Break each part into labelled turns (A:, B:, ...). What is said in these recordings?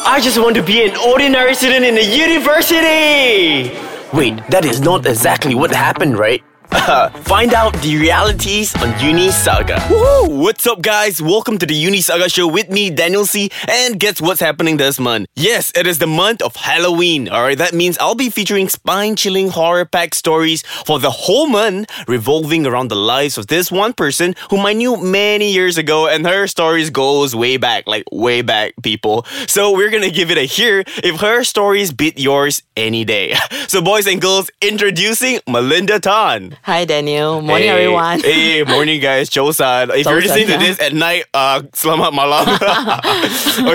A: I just want to be an ordinary student in a university! Wait, that is not exactly what happened, right? find out the realities on Uni Saga. Woohoo! What's up, guys? Welcome to the Uni Saga show with me, Daniel C. And guess what's happening this month? Yes, it is the month of Halloween. Alright, that means I'll be featuring spine chilling horror packed stories for the whole month, revolving around the lives of this one person whom I knew many years ago, and her stories goes way back, like way back, people. So we're gonna give it a hear if her stories beat yours any day. So, boys and girls, introducing Melinda Tan.
B: Hi, Daniel. Morning,
A: Hey.
B: everyone.
A: Hey, morning guys. Chosan. If you're
B: Chosan,
A: listening to
B: yeah.
A: this at night, uh, selamat malam.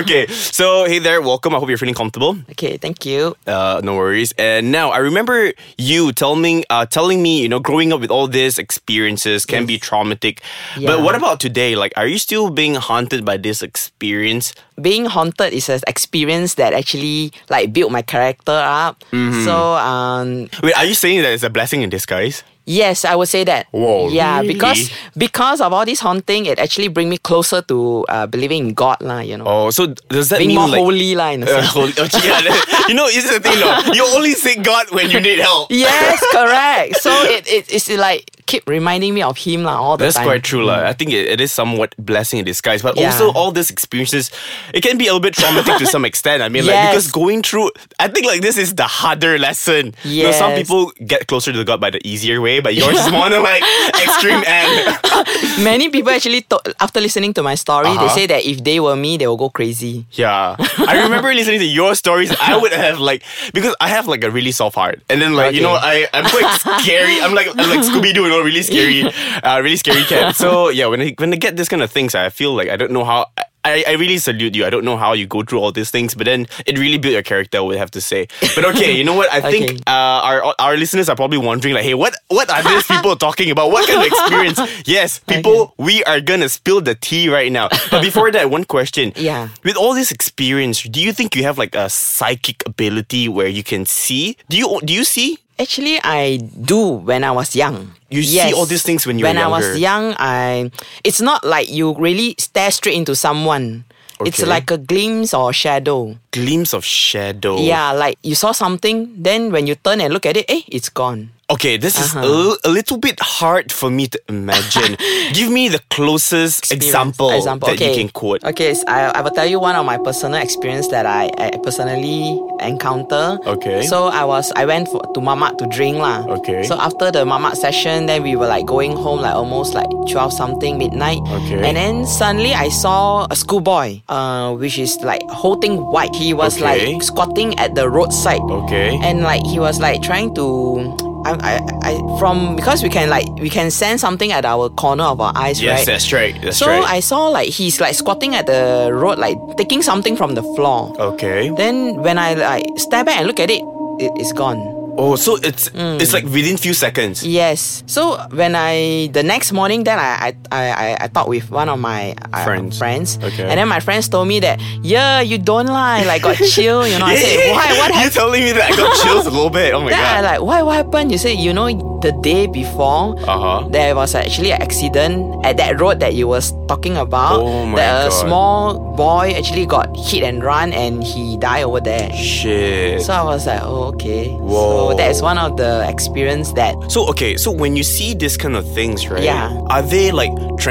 A: okay, so hey there, welcome. I hope you're feeling comfortable.
B: Okay, thank you.
A: Uh, no worries. And now I remember you telling uh, telling me, you know, growing up with all these experiences can be traumatic. But
B: Yeah.
A: what about today? Like, are you still being haunted by this experience?
B: Being haunted is an experience that actually like built my character up.
A: Mm-hmm.
B: So, um,
A: Wait, are you saying that it's a blessing in disguise?
B: yes, I would say that.
A: Whoa,
B: Yeah,
A: really?
B: because because of all this haunting, it actually bring me closer to uh, believing in God, lah. You know,
A: Oh, so does that mean
B: being more
A: like?
B: holy, lah. In a
A: Uh,
B: sense.
A: holy- oh, yeah, that- you know, it's the thing, though. You only seek God when you need help.
B: yes, correct. So it, it it's like keep reminding me of Him, lah, all the
A: That's
B: time. Mm.
A: quite true, lah. I think it, it is somewhat blessing in disguise, but
B: Yeah.
A: also all these experiences, it can be a little bit traumatic to some extent. I mean, like
B: Yes.
A: because going through, I think like this is the harder lesson. You know, some
B: Yes.
A: people get closer to God by the easier way, but yours is more on the, like extreme end.
B: Many people actually, to- after listening to my story, they
A: Uh-huh.
B: say that if they were me, they will go crazy.
A: Yeah. I remember listening to your stories. I would have like because I have like a really soft heart. And then like, you know, I, I'm quite scary. I'm like I'm like Scooby Doo, you know, really scary uh, really scary cat. So yeah, when I when I get this kind of things, I feel like I don't know how I, I really salute you. I don't know how you go through all these things, but then it really built your character, I would have to say. But okay, you know what? I think
B: Okay.
A: uh, our our listeners are probably wondering like, hey, what what are these people talking about? What kind of experience? Yes, people, we are gonna spill the tea right now. But before that, one question.
B: Yeah.
A: With all this experience, do you think you have like a psychic ability where you can see? Do you do you see?
B: Actually, I do when I was young.
A: You see all these things when you were
B: when I
A: younger.
B: was young, I it's not like you really stare straight into someone. It's
A: Okay. Oh.
B: like a glimpse or shadow.
A: Glimpse of shadow.
B: Yeah, like you saw something, then when you turn and look at it, eh, it's gone.
A: Okay, this is a,
B: Uh-huh.
A: l- a little bit hard for me to imagine. Give me the closest example,
B: Experience.
A: that you can quote.
B: Okay, s- I, I will tell you one of my personal experience that I, I personally encounter.
A: Okay.
B: So I was I went for, to mamak to drink lah.
A: Okay.
B: So after the mamak session, then we were like going home like almost like twelve something midnight.
A: Okay.
B: And then suddenly I saw a schoolboy, uh, which is like holding white. He was
A: Okay.
B: like squatting at the roadside.
A: Okay.
B: And like he was like trying to. I, I, I, from because we can like we can sense something at our corner of our eyes,
A: yes,
B: right?
A: that's right. That's
B: So
A: right.
B: I saw like he's like squatting at the road, like taking something from the floor.
A: okay.
B: Then when I like step back and look at it, it is gone.
A: Oh, so it's
B: Mm.
A: it's like within few seconds.
B: Yes. So when I the next morning, then I I I, I- I talked with one of my uh,
A: Friends.
B: friends.
A: Okay.
B: And then my friends told me that yeah, you don't lie, like got chill, you know. I said why? What
A: You're
B: happened?
A: telling me that I got chills a little bit. Oh my
B: Then
A: god.
B: I like why? What happened? You said you know the day before
A: Uh-huh.
B: there was actually an accident at that road that you was talking about.
A: Oh my
B: that
A: God.
B: a small boy actually got hit and run and he died over there.
A: Shit.
B: So I was like, oh okay.
A: Whoa.
B: So that is one of the experience that
A: So okay, so when you see this kind of things, right?
B: Yeah.
A: Are they like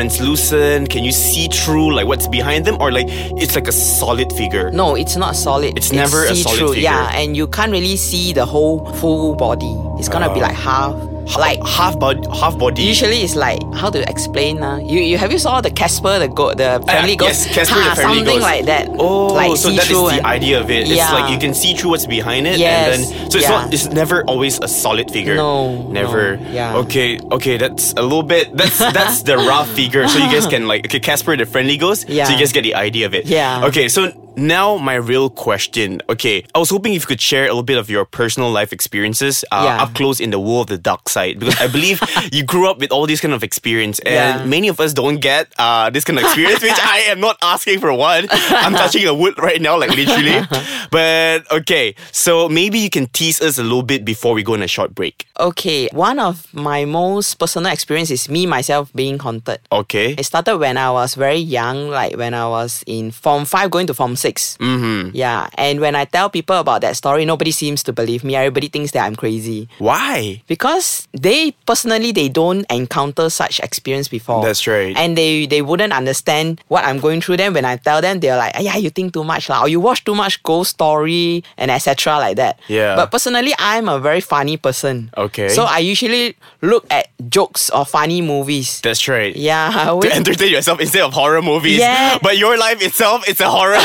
A: translucent? Can you see through like what's behind them, or like it's like a solid figure?
B: no, it's not solid.
A: It's never a solid
B: see-through.
A: figure.
B: Yeah, and you can't really see the whole full body. It's gonna
A: Uh.
B: be like half. Like
A: half body, half body.
B: Usually it's like how to explain uh, you, you have you saw the Casper the goat the family goat
A: Ah, yes, Casper the
B: Ha,
A: Family
B: something
A: Ghost.
B: like that
A: Oh,
B: like
A: so that is
B: see-through
A: the
B: and-
A: idea of it. It's
B: Yeah.
A: like you can see through what's behind it, and
B: Yes,
A: then so it's
B: yeah.
A: not. It's never always a solid figure.
B: No,
A: never.
B: no, yeah.
A: Okay, okay, that's a little bit. That's that's the rough figure. So you guys can like okay, Casper the friendly ghost.
B: Yeah.
A: So you guys get the idea of it.
B: Yeah.
A: Okay, so. Now my real question. Okay, I was hoping if you could share a little bit of your personal life experiences uh,
B: Yeah.
A: up close in the world of the dark side because I believe you grew up with all these kind of experience and
B: Yeah.
A: many of us don't get uh, this kind of experience, which I am not asking for one. I'm touching the wood right now, like literally. But okay, so maybe you can tease us a little bit before we go on a short break.
B: Okay, one of my most personal experience is me myself being haunted.
A: Okay.
B: It started when I was very young, like when I was in form five, going to form 6 Mm-hmm. Yeah, and when I tell people about that story, nobody seems to believe me. Everybody thinks that I'm crazy
A: Why?
B: because they personally they don't encounter such experience before.
A: That's right.
B: And they they wouldn't understand what I'm going through. Then when I tell them, they're like, "Yeah, you think too much, lah, or you watch too much ghost story and etc. like that."
A: Yeah.
B: But personally, I'm a very funny person.
A: Okay.
B: So I usually look at jokes or funny movies.
A: That's right.
B: yeah. I always-
A: To entertain yourself instead of horror movies.
B: Yeah.
A: But your life itself, it's a horror.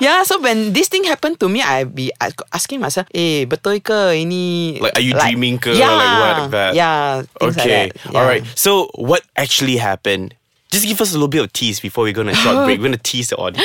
B: yeah, so when this thing happened to me, I be a- asking myself, eh, betul ke ini?
A: Like, are you dreaming ke? Or
B: Yeah,
A: like what, like that?
B: Yeah, things like
A: okay.
B: that.
A: All
B: Yeah.
A: right. So, what actually happened? Just give us a little bit of tease before we go on a short break. We're going to tease the audience.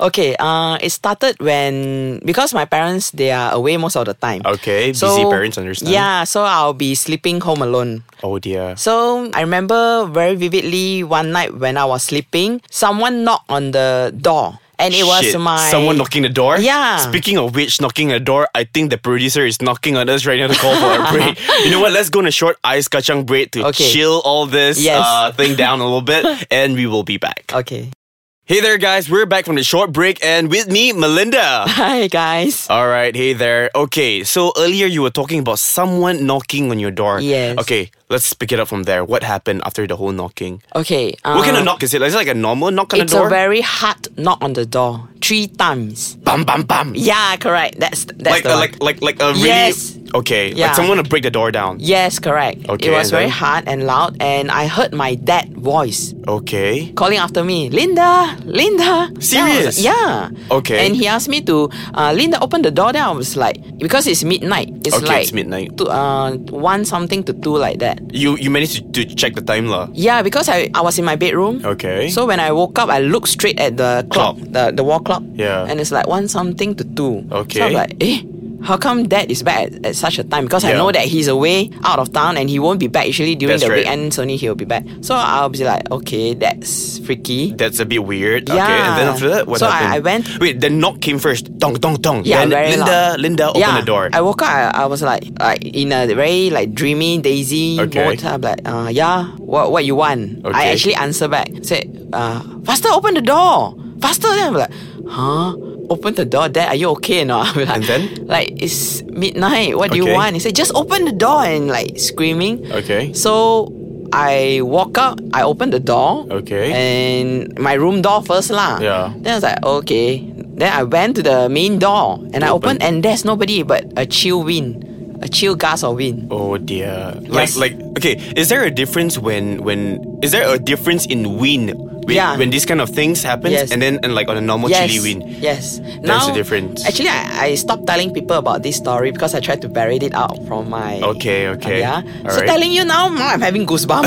B: Okay, uh, it started when because my parents they are away most of the time.
A: Okay, busy parents understand.
B: Yeah, so I'll be sleeping home alone.
A: Oh, dear.
B: So I remember very vividly one night when I was sleeping, someone knocked on the door, and it was
A: Shit.
B: my
A: Someone knocking the door?
B: Yeah.
A: Speaking of which, knocking a door, I think the producer is knocking on us right now to call for a break. You know what? Let's go on a short ice kacang break to
B: Okay.
A: chill all this
B: Yes.
A: uh, thing down a little bit, and we will be back.
B: Okay,
A: Hey there, guys. We're back from the short break, and with me, Melinda.
B: hi guys.
A: All right, hey there. Okay, so earlier you were talking about someone knocking on your door.
B: Yes.
A: Okay, let's pick it up from there. What happened after the whole knocking?
B: Okay, uh,
A: What kind of knock is it? Is it like a normal knock on
B: It's
A: the door?
B: a very hard knock on the door, three times.
A: bam, bam, bam.
B: Yeah, correct. That's
A: Like,
B: that's the
A: a,
B: one.
A: like, like, like a really.
B: Yes.
A: Okay, like
B: Yeah.
A: someone to break the door down.
B: Yes, correct.
A: Okay,
B: it was
A: and
B: very
A: then?
B: hard and loud, and I heard my dad voice
A: Okay.
B: calling after me, Linda, Linda. Then I was
A: Serious?
B: like, Yeah.
A: Okay.
B: And he asked me to, uh, Linda, open the door. Then I was like, because it's midnight. It's
A: Okay,
B: like
A: it's midnight.
B: To, uh, one something to two like that.
A: You you managed to, to check the time, lah.
B: Yeah, because I, I was in my bedroom.
A: Okay.
B: So when I woke up, I looked straight at the clock,
A: Clock.
B: The, the wall clock.
A: Yeah.
B: And it's like one something to two.
A: Okay.
B: So I'm like, eh, how come dad is back at, at such a time? Because I
A: Yeah.
B: know that he's away out of town and he won't be back usually during
A: That's
B: the
A: right.
B: weekends only he'll be back. So I'll be like, okay, that's freaky.
A: That's a bit weird. Okay,
B: Yeah.
A: and then after that, what
B: So I-
A: happened?
B: I went-
A: Wait, the knock came first. Dong, dong, dong.
B: Yeah,
A: then
B: very
A: Linda,
B: loud.
A: Linda, open
B: yeah,
A: the door.
B: I woke up. I, I was like, like in a very like dreamy daisy
A: Okay.
B: mode. I'm like, uh, yeah, what what you want?
A: Okay.
B: I actually answer back. Said, uh, faster, open the door, faster. Then I'm like, huh? Open the door, Dad. Are you okay? or not? I'm like,
A: And then?
B: like it's midnight. What do you
A: Okay.
B: want? He said, just open the door and like screaming.
A: Okay.
B: So I walk out. I open the door.
A: Okay.
B: And my room door first lah.
A: Yeah.
B: Then I was like, okay. Then I went to the main door and I
A: Open.
B: opened, and there's nobody but a chill wind, a chill gust of wind.
A: Oh dear.
B: Yes.
A: Like like okay, is there a difference when when is there a difference in wind when,
B: Yeah.
A: when these kind of things happens
B: Yes.
A: and then and like on a normal
B: yes.
A: Oh, chilly wind?
B: Yes.
A: There's a difference.
B: Actually, I, I stopped telling people about this story because I tried to bury it out from my. uh,
A: Okay, okay.
B: Yeah.
A: All
B: so
A: right.
B: telling you now, now I'm having goosebumps.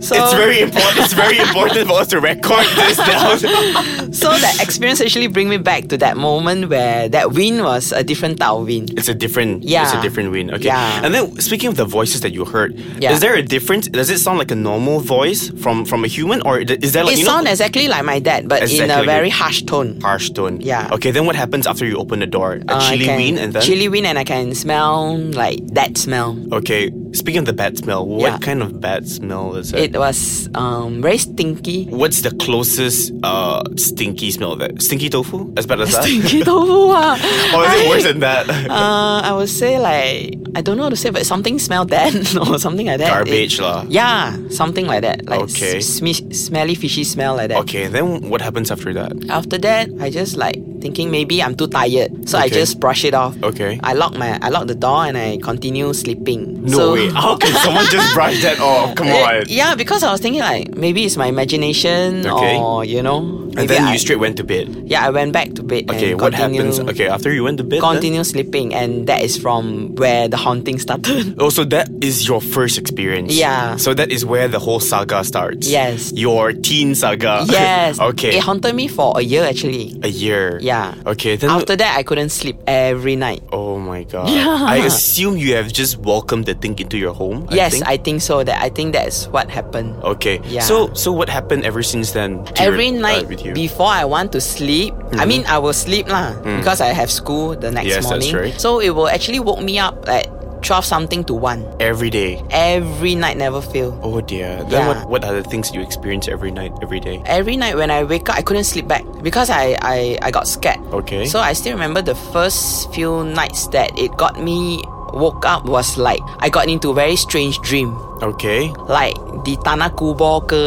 B: so
A: It's very important it's very important for us to record this down.
B: so that experience actually bring me back to that moment where that wind was a different type of wind.
A: It's a different it's a
B: Yeah.
A: different wind. Okay.
B: Yeah.
A: And then speaking of the voices that you heard,
B: Yeah.
A: is there a difference? Does it sound like a normal voice from from a human or th- is there like you
B: It
A: know
B: sounds exactly like my dad, but in
A: Exactly.
B: a very harsh tone.
A: harsh tone?
B: Yeah.
A: Okay, then what happens after you open the door? A
B: Uh, I
A: chilly
B: can-
A: wind and then
B: chilly wind, and I can smell like that smell.
A: Okay. Speaking of the bad smell, what
B: Yeah.
A: kind of bad smell is
B: It was um, very stinky.
A: What's the closest uh stinky smell that stinky tofu? As bad as that?
B: Stinky tofu. ah.
A: Or is it worse
B: I-
A: than that?
B: Uh, I would say like I don't know how to say, but something smelled dead or something like that.
A: Garbage
B: It-
A: lah.
B: Yeah, something like that. Like s-
A: Okay.
B: smi- smelly, fishy smell like that.
A: Okay, then what happens after that?
B: After that, I just like thinking maybe I'm too tired, so I
A: Okay.
B: just brush it off.
A: Okay.
B: I lock my I lock the door and I continue sleeping.
A: No
B: so, Uh,
A: way. How can someone just brush that off? Come on.
B: Yeah, because I was thinking like maybe it's my imagination
A: Okay.
B: or you know.
A: And
B: maybe
A: then
B: I,
A: you straight went to bed.
B: Yeah, I went back to bed.
A: Okay,
B: and
A: what
B: continue,
A: happens? Okay, after you went to bed. then-
B: Continue sleeping, and that is from where the haunting started.
A: Oh, so that is your first experience.
B: Yeah.
A: So that is where the whole saga starts.
B: Yes.
A: Your teen saga.
B: yes.
A: okay.
B: It haunted me for a year actually.
A: a year.
B: Yeah.
A: Okay, then
B: After that, I couldn't sleep every night.
A: Oh my god.
B: Yeah.
A: I assume you have just welcomed the thing into your home. I
B: yes,
A: think? Oh,
B: I think so. That I think that's what happened.
A: Okay.
B: Yeah.
A: So so what happened ever since then? to your-
B: every
A: uh,
B: night
A: with you. Mm-hmm.
B: before I want to sleep, I mean I will sleep lah because I have school the next
A: Mm. Yes, that's
B: morning.
A: right.
B: So it will actually woke me up at 12 something to 1.
A: Every day.
B: Every night, never fail.
A: Oh dear. Then
B: Yeah.
A: what, what are the things you experience every night, every day?
B: Every night when I wake up, I couldn't sleep back because I, I, I got scared.
A: Okay.
B: So I still remember the first few nights that it got me woke up was like I got into a very strange dream.
A: Okay.
B: Like the Tanah Kubur ke,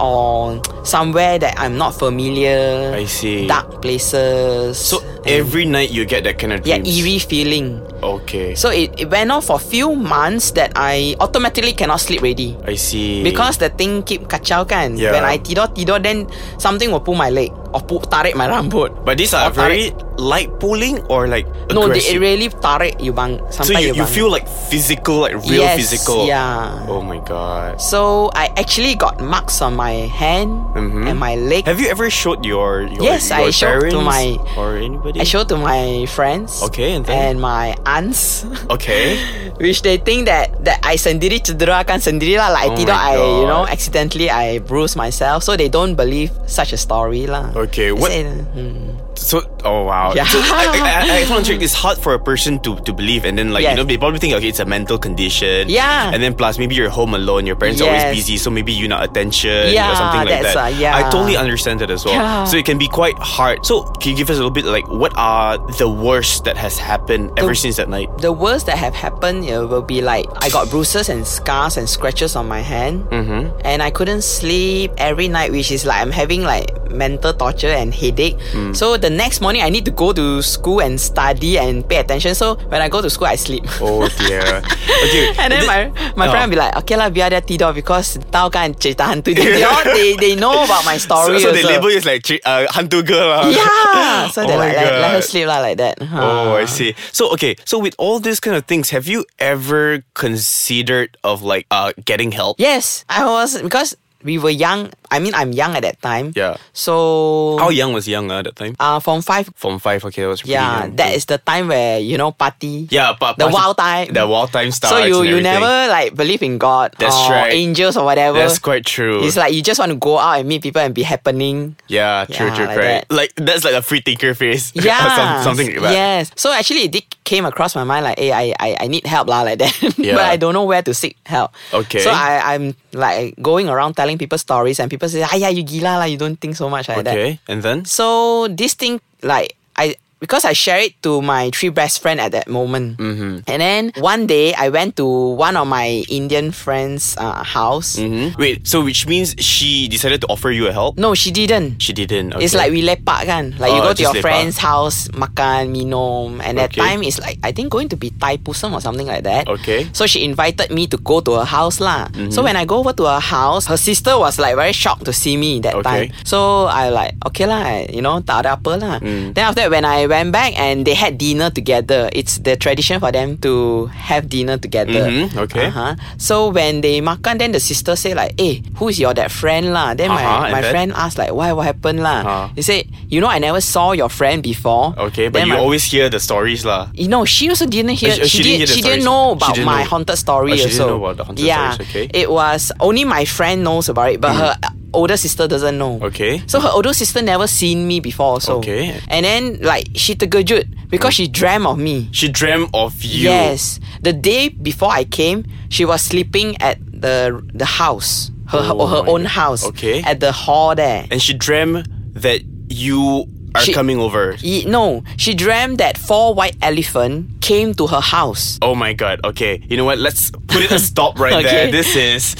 B: or somewhere that I'm not familiar.
A: I see.
B: Dark places.
A: So every night you get that kind of
B: yeah,
A: dreams.
B: eerie feeling.
A: Okay.
B: So it, it went on for a few months that I automatically cannot sleep ready.
A: I see.
B: Because the thing keep kacau kan.
A: Yeah.
B: When I tidur tidur then something will pull my leg or pull tarik my rambut.
A: But these are
B: Or tarik-
A: very light pulling or like
B: No, they, it
A: aggressive?
B: really tarik you bang.
A: So
B: Sampai
A: you, you
B: bang.
A: feel like physical, like real
B: Yes,
A: physical.
B: yeah.
A: Oh my god.
B: So I actually got marks on my hand and my leg.
A: Mm-hmm. Have you ever showed your, your
B: Yes,
A: your
B: I showed to
A: parents
B: my-
A: or anybody?
B: I showed to my friends.
A: Okay, and then?
B: and my aunts.
A: Okay.
B: Which they think that that I sendiri cedera kan sendiri lah like I
A: Oh
B: tidak
A: my
B: I you
A: God.
B: know accidentally I bruise myself so they don't believe such a story lah.
A: Okay,
B: They
A: what-
B: say, "Hmm."
A: So oh wow.
B: Yeah.
A: So, I, I, I, I found trick it's hard for a person to, to believe and then like
B: Yes.
A: you know they probably think okay it's a mental condition.
B: Yeah.
A: And then plus maybe you're home alone, your parents are
B: Yes.
A: always busy, so maybe you're not attention
B: Yeah,
A: or something like
B: that's
A: that.
B: a- yeah.
A: I totally understand that as well.
B: Yeah.
A: So it can be quite hard. So can you give us a little bit like what are the worst that has happened ever since that night?
B: The worst that have happened uh, will be like I got bruises and scars and scratches on my hand, mm-hmm. and I couldn't sleep every night, which is like I'm having like mental torture and headache.
A: Mm.
B: So the next morning I need to go to school and study and pay attention. So when I go to school, I sleep.
A: Oh dear. Okay.
B: And
A: thi-
B: then my my
A: Oh.
B: friend will be like, okay lah, biar dia tidur because tau kan cerita hantu dia. They, all- they, they know about my
A: so,
B: story
A: so they
B: also.
A: label you as like tri- uh, hantu girl. ah.
B: Yeah. So they
A: Oh my
B: like, let, let her
A: God.
B: sleep lah like that. Huh.
A: Oh, I see. So okay, so with all these kind of things, have you ever considered of like uh getting help?
B: Yes, I was because we were young. I mean, I'm young at that time.
A: Yeah.
B: So
A: How young was young uh, at that time?
B: uh, from five.
A: From five, okay, that was pretty
B: Yeah,
A: young.
B: that is the time where you know party.
A: yeah, but
B: The wild time.
A: the wild time starts.
B: So you
A: and
B: you
A: everything.
B: never like believe in God
A: That's
B: or
A: right.
B: angels or whatever.
A: That's quite true.
B: It's like you just want to go out and meet people and be happening.
A: yeah, true,
B: Yeah,
A: true,
B: like
A: correct.
B: that.
A: Like that's like a free thinker phase. Or
B: Yeah,
A: some- something like that.
B: Yes. So actually, it did came across my mind like, hey, I, I, I need help lah, like that.
A: Yeah.
B: but I don't know where to seek help.
A: Okay.
B: So I, I'm like going around telling people stories, and people say, ah, yeah, you gila lah, you don't think so much like that.
A: Okay, and then
B: So this thing, like, I because I share it to my three best friend at that moment, mm-hmm. and then one day I went to one of my Indian friends' uh, house.
A: Mhm. wait. So which means she decided to offer you a help?
B: No, she didn't.
A: she didn't. Okay.
B: It's like we lepak kan. Like you
A: Oh,
B: go
A: just
B: to your
A: lepak.
B: friend's house, makan, minum. And that
A: Okay.
B: time is like, I think going to be Thai Pusam or something like that.
A: Okay. Mm-hmm.
B: So she invited me to go to her house lah. So when I go over to her house, her sister was like very shocked to see me that
A: Okay.
B: time. So I like, okay lah, I- you know, tak ada apa lah.
A: Mm.
B: Then after that, when I went back and they had dinner together, it's the tradition for them to have dinner together.
A: Mhm, okay.
B: Uh-huh. So when they makan, then the sister say like, hey, who is your that friend lah? Then
A: Uh-huh,
B: my,
A: and
B: my
A: then?
B: friend asked like, why, what happened lah?
A: Ah.
B: He said, you know, I never saw your friend before.
A: okay, but
B: Then
A: you
B: my-
A: always hear the stories lah.
B: You know, she also didn't hear.
A: Oh, she-
B: she,
A: she didn't hear
B: did,
A: the
B: she didn't
A: stories.
B: know
A: She
B: about
A: didn't
B: my
A: know.
B: haunted story.
A: Oh, she didn't
B: also.
A: know about the haunted
B: yeah,
A: stories, okay. Mm.
B: It was only my friend knows about it, but her uh, older sister doesn't know.
A: Okay.
B: So her older sister never seen me before. Also.
A: Okay.
B: And then like she terkejut because she dreamt of me.
A: She dreamt of you.
B: Yes. The day before I came, she was sleeping at the the house, her
A: Oh
B: her
A: my
B: own
A: God.
B: house.
A: Okay.
B: At the hall there.
A: and she dreamt that you are
B: She-
A: coming over.
B: Ye- no, she dreamt that four white elephant came to her house.
A: Oh my god, okay. You know what? Let's put it a stop right there.
B: Okay.
A: This is.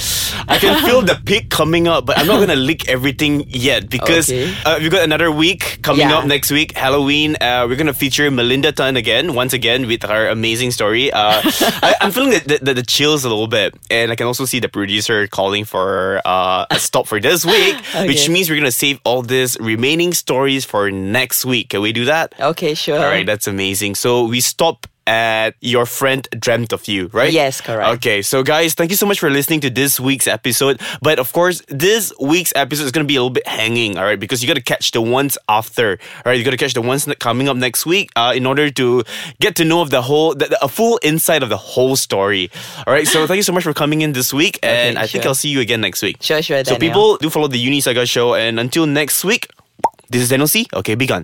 A: I can feel the peak coming up, but I'm not gonna leak everything yet because
B: Okay.
A: uh, we got another week coming
B: Yeah.
A: up next week, Halloween. Uh, we're gonna feature Melinda Tan again, once again, with her amazing story. Uh, I, I'm feeling the, the, the, chills a little bit, and I can also see the producer calling for uh, a stop for this week, which
B: Okay.
A: means we're gonna save all these remaining stories for next week. Can we do that?
B: Okay, sure.
A: All right, that's amazing. So we stop at your friend dreamt of you, right?
B: Yes, correct.
A: Okay, so guys, thank you so much for listening to this week's episode. But of course, this week's episode is going to be a little bit hanging, all right, because you got to catch the ones after, all right? You got to catch the ones that coming up next week uh, in order to get to know of the whole, the, the- a full insight of the whole story, all right? So thank you so much for coming in this week, and I think
B: sure.
A: I'll see you again next week.
B: Sure, sure,
A: So
B: Daniel.
A: people do follow the Unisaga show, and until next week, this is Daniel C. Okay, be gone.